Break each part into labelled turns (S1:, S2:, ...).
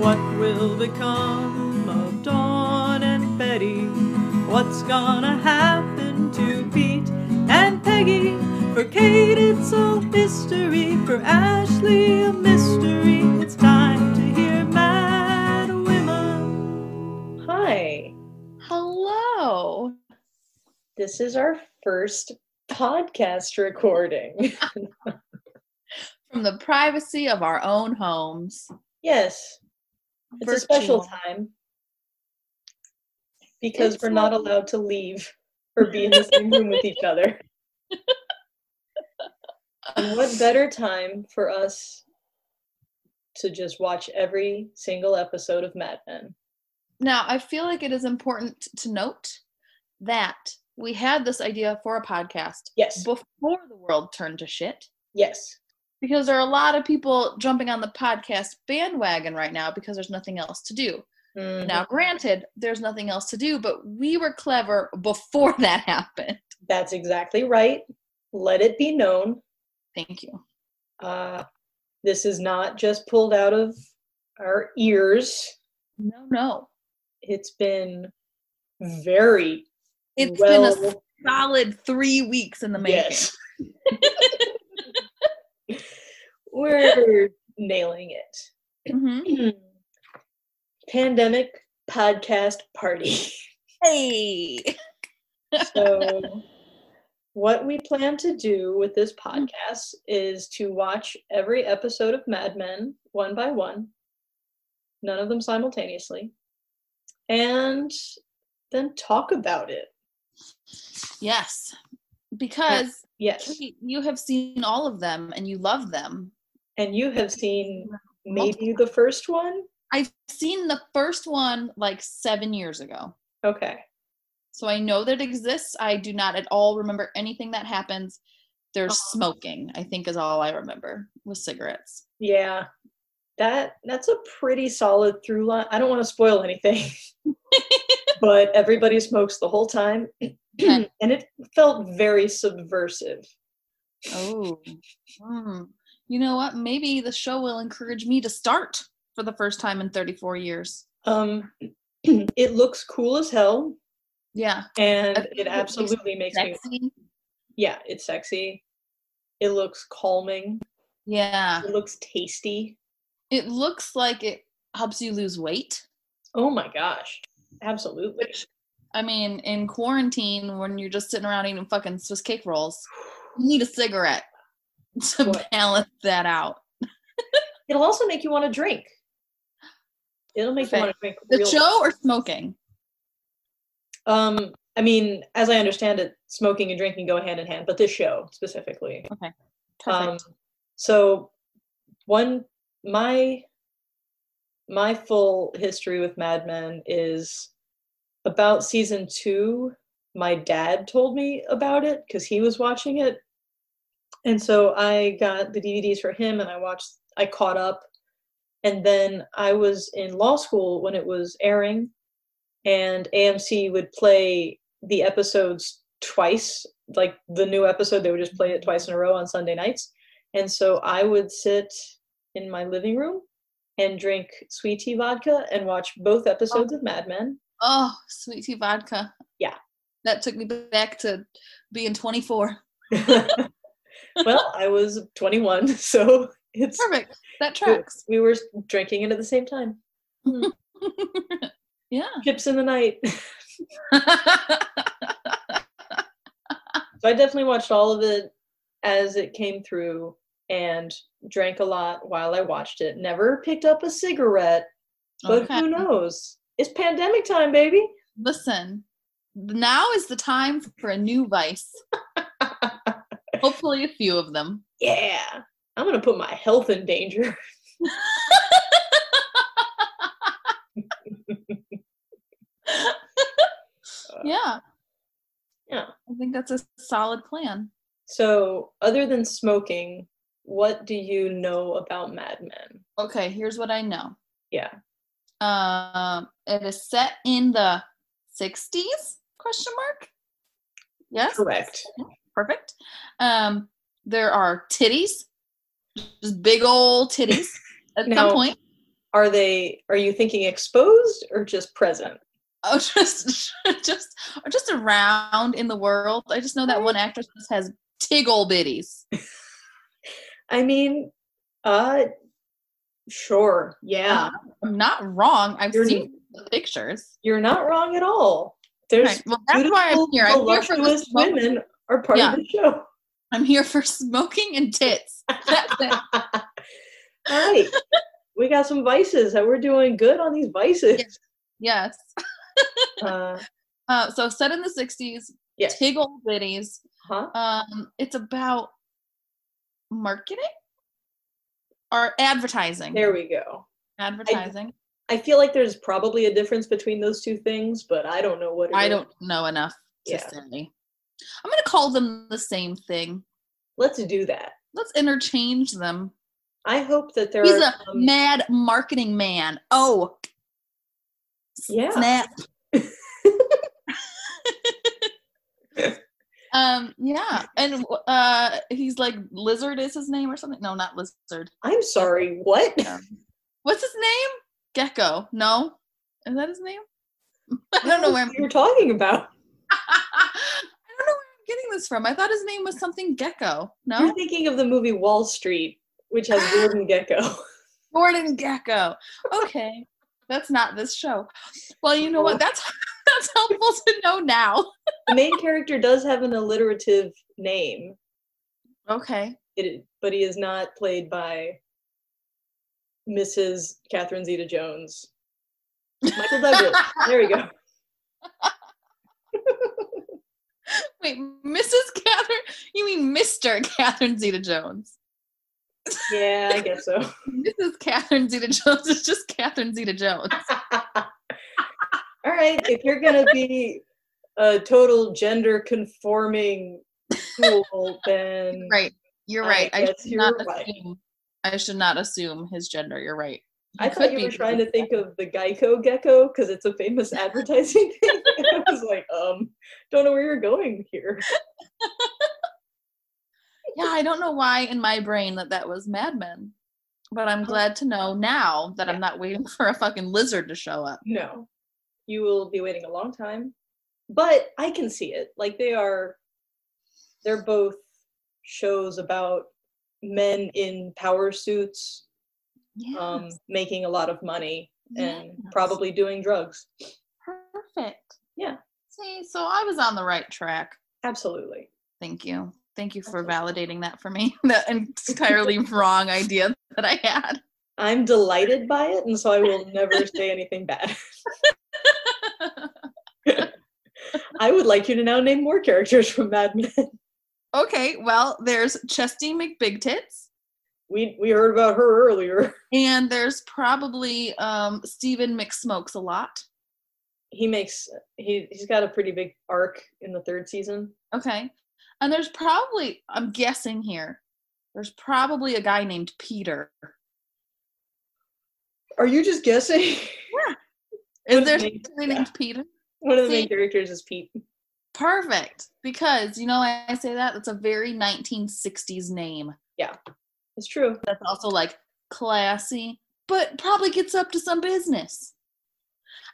S1: What will become of Dawn and Betty? What's gonna happen to Pete and Peggy? For Kate, it's all history. For Ashley, a mystery. It's time to hear Mad Women.
S2: Hi,
S3: Hello.
S2: this is our first podcast recording.
S3: From the privacy of our own homes.
S2: yes, it's a special
S3: Virtual.
S2: time because
S3: It's
S2: we're not
S3: lovely.
S2: allowed to leave or be in the same room with each other. And what better time for us to just watch every single episode of Mad Men?
S3: Now, I feel like it is important to note that we had this idea for a podcast
S2: Yes,
S3: before the world turned to shit
S2: yes,
S3: because there are a lot of people jumping on the podcast bandwagon right now because there's nothing else to do.
S2: Mhm.
S3: Now, granted, there's nothing else to do, but we were clever before that happened.
S2: that's exactly right. Let it be known
S3: Thank you.
S2: Uh, this is not just pulled out of our ears.
S3: No, no.
S2: It's been very
S3: It's
S2: well.
S3: been a solid three weeks in the making.
S2: yes. We're nailing
S3: Mhm.
S2: it. Pandemic podcast party.
S3: Hey.
S2: so, what we plan to do with this podcast is to watch every episode of Mad Men one by one, none of them simultaneously, and then talk about it.
S3: Yes. Because
S2: Yes.
S3: Kate, you have seen all of them and you love them.
S2: And you have seen maybe the first one?
S3: I've seen the first one like seven years ago.
S2: Okay.
S3: So I know that it exists. I do not at all remember anything that happens. There's
S2: Uh-huh.
S3: smoking, I think is all I remember with cigarettes.
S2: Yeah. That that's a pretty solid through line. I don't want to spoil anything. but everybody smokes the whole time. and
S3: Okay.
S2: it felt very subversive.
S3: Oh. Mm. You know what? Maybe the show will encourage me to start for the first time in 34 years.
S2: Um it looks cool as hell
S3: Yeah.
S2: and
S3: I think
S2: it
S3: it makes
S2: absolutely makes me
S3: Sexy.
S2: Yeah, it's sexy. It looks calming.
S3: Yeah.
S2: It looks tasty.
S3: It looks like it helps you lose weight.
S2: Oh my gosh. Absolutely.
S3: I mean, in quarantine, when you're just sitting around eating fucking Swiss cake rolls, you need a cigarette to
S2: What?
S3: balance that out.
S2: It'll also make you want to drink. It'll make you want to drink.
S3: The
S2: real-
S3: show or smoking?
S2: Um, I mean, as I understand it, smoking and drinking go hand in hand, but this show specifically.
S3: Perfect.
S2: Um, so one my my full history with Mad Men is about season two. My dad told me about it because he was watching it, and so I got the DVDs for him, and I watched. I caught up, and then I was in law school when it was airing, and AMC would play the episodes twice, like the new episode. They would just play it twice in a row on Sunday nights, and so I would sit in my living room and drink sweet tea vodka and watch both episodes of Mad Men.
S3: oh, sweet tea vodka.
S2: Yeah.
S3: That took me back to being 24.
S2: well, I was 21, so it's
S3: Perfect. That tracks.
S2: we were drinking it at the same time.
S3: yeah.
S2: Chips in the night. So I definitely watched all of it as it came through and drank a lot while I watched it. Never picked up a cigarette, but
S3: Okay.
S2: who knows? It's pandemic time, baby.
S3: Listen, now is the time for a new vice. Hopefully, a few of them.
S2: Yeah. I'm going to put my health in danger.
S3: Yeah.
S2: Yeah.
S3: I think that's a solid plan.
S2: So, other than smoking, what do you know about Mad Men?
S3: Okay, here's what I know.
S2: Yeah.
S3: Um, it is set in the 60s? Question mark. Yes.
S2: Correct.
S3: Perfect. Um, there are titties, just big old titties at
S2: Now-
S3: some point.
S2: Are they? Are you thinking exposed or just present?
S3: Oh, just just or just around in the world. I just know that one actress just has tig old bitties.
S2: I mean, uh, sure, yeah,
S3: I'm not wrong. I've
S2: You're-
S3: seen the pictures.
S2: you're not wrong at all. There's
S3: Right. Well, that's why
S2: beautiful,
S3: I'm here. I'm here for the
S2: voluptuous
S3: smoking.
S2: women are part
S3: Yeah.
S2: of the show.
S3: I'm here for smoking and tits. That's it.
S2: All right, we got some vices that we're doing good on these vices.
S3: Yes.
S2: Uh,
S3: Uh, so set in the 60s,
S2: yes.
S3: tig old bitties.
S2: Huh?
S3: Um, it's about marketing or advertising.
S2: There we go.
S3: advertising.
S2: I feel like there's probably a difference between those two things, but I don't know what. it
S3: I,
S2: is.
S3: don't know enough to
S2: Yeah.
S3: say. I'm gonna call them the same thing.
S2: Let's do that.
S3: Let's interchange them.
S2: I hope that there
S3: He's
S2: are. um,
S3: a
S2: some-
S3: mad marketing man. Oh,
S2: Yeah.
S3: snap. um, yeah, and uh, he's like lizard is his name or something. No, not lizard. Um,
S2: I'm sorry. What?
S3: What's his name? Gecko. No, is that his name? I don't know where I'm.
S2: you're talking about.
S3: I don't know where I'm getting this from. I thought his name was something Gecko. No,
S2: You're thinking of the movie Wall Street, which has Gordon Gecko.
S3: Gordon Gecko. Okay, that's not this show. Well, you know what? That's that's helpful to know now.
S2: the main character does have an alliterative name,
S3: Okay.
S2: it, but he is not played by Mrs. Catherine Zeta-Jones. Michael Douglas. there we go.
S3: Wait, Mrs. Catherine? You mean Mr. Catherine Zeta Jones?
S2: Yeah, I guess so.
S3: Mrs. Catherine Zeta Jones is just Catherine Zeta Jones.
S2: All right, if you're gonna be a total gender conforming tool, then
S3: Right. You're
S2: I
S3: right. I,
S2: guess
S3: should not
S2: you're right.
S3: assume. I should not assume his gender. You're right. He
S2: I
S3: could
S2: thought you
S3: be
S2: were trying to think of the Geico gecko because it's a famous advertising thing. I was like, um, don't know where you're going here.
S3: Yeah, I don't know why in my brain that that was Mad Men, but I'm glad to know now that I'm not waiting for a fucking lizard to show up.
S2: No, you will be waiting a long time, but I can see it. Like they are, they're both shows about men in power suits
S3: Yeah.
S2: um, making a lot of money and probably doing drugs.
S3: perfect.
S2: Yeah.
S3: See, so I was on the right track.
S2: Absolutely.
S3: Thank you. Thank you for validating that for me. That entirely wrong idea that I had.
S2: I'm delighted by it, and so I will never say anything bad. I would like you to now name more characters from Mad Men.
S3: okay, well, there's Chesty McBigtits,
S2: We we heard about her earlier.
S3: and there's probably um, Stephen McSmokes a lot.
S2: He makes he he's got a pretty big arc in the third season.
S3: Okay, and there's probably I'm guessing here. There's probably a guy named Peter.
S2: Are you just guessing?
S3: Is
S2: One
S3: there
S2: of the main-
S3: somebody named Peter?
S2: One of the main
S3: See?
S2: characters is Pete.
S3: Perfect, because you know why I say that that's a very 1960s name.
S2: It's true.
S3: that's also like classy, but probably gets up to some business.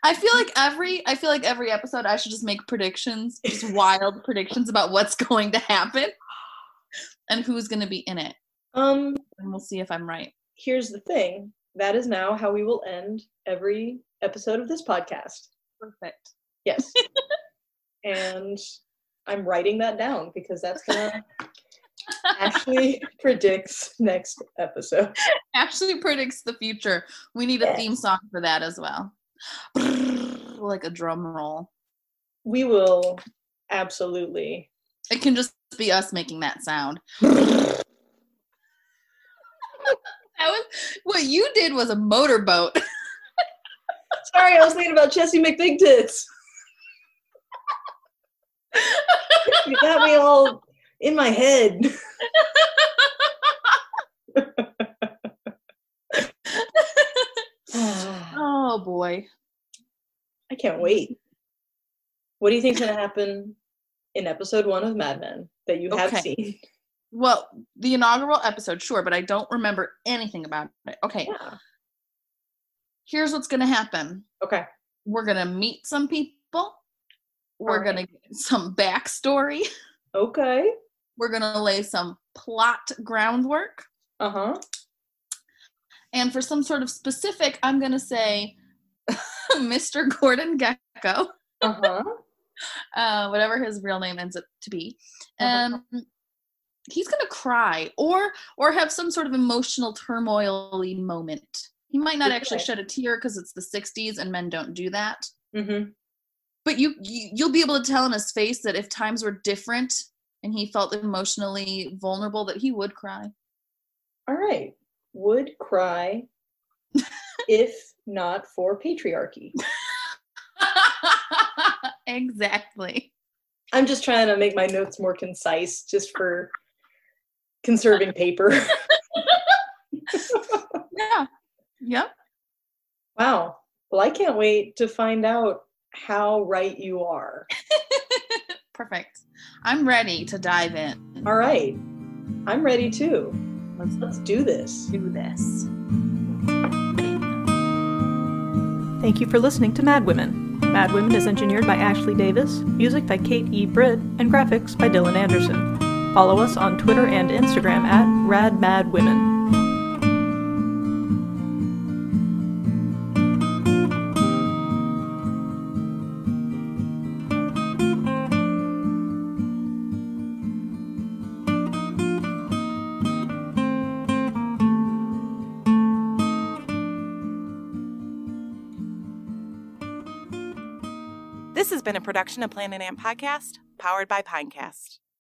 S3: I feel like every I feel like every episode I should just make predictions, just wild predictions about what's going to happen and who's going to be in it,
S2: Um,
S3: and we'll see if I'm right.
S2: here's the thing. That is now how we will end every episode of this podcast.
S3: Perfect.
S2: Yes. and I'm writing that down because that's gonna Ashley predicts next episode.
S3: Ashley predicts the future. We need a
S2: Yeah.
S3: theme song for that as well, like a drum roll.
S2: We will absolutely
S3: It can just be us making that sound. that was what you did was a motorboat.
S2: Sorry, I was thinking about Jesse McBig tits. you got me all in my head. I
S3: Oh boy.
S2: can't wait. What do you think's gonna happen in episode one of Mad Men that you have
S3: Okay.
S2: seen?
S3: Well, the inaugural episode, sure, but I don't remember anything about it. Okay.
S2: Yeah.
S3: here's what's gonna happen.
S2: Okay.
S3: We're gonna meet some people. We're
S2: Alright.
S3: gonna get some backstory.
S2: Okay.
S3: We're gonna lay some plot groundwork.
S2: Uh huh.
S3: And for some sort of specific, I'm gonna say Mr. Gordon Gecko,
S2: Uh huh.
S3: uh, whatever his real name ends up to be.
S2: Uh-huh.
S3: Um he's gonna cry or or have some sort of emotional turmoily moment. He might not actually
S2: Okay.
S3: shed a tear because it's the 60s and men don't do that.
S2: mm-hmm.
S3: but you, you you'll be able to tell in his face that if times were different and he felt emotionally vulnerable that he would cry
S2: All right. Would cry if not for patriarchy.
S3: exactly
S2: I'm just trying to make my notes more concise just for conserving paper.
S3: yeah yep
S2: wow. Well, I can't wait to find out how right you are.
S3: perfect i'm ready to dive in
S2: All right. I'm ready too.
S3: let's
S2: Let's do this.
S3: do this
S1: Thank you for listening to Mad Women. Mad Women is engineered by Ashley Davis, music by Kate E. Britt, and graphics by Dylan Anderson. Follow us on Twitter and Instagram at RadMadWomen.
S4: This has been a production of Planet Amp Podcast, powered by Pinecast.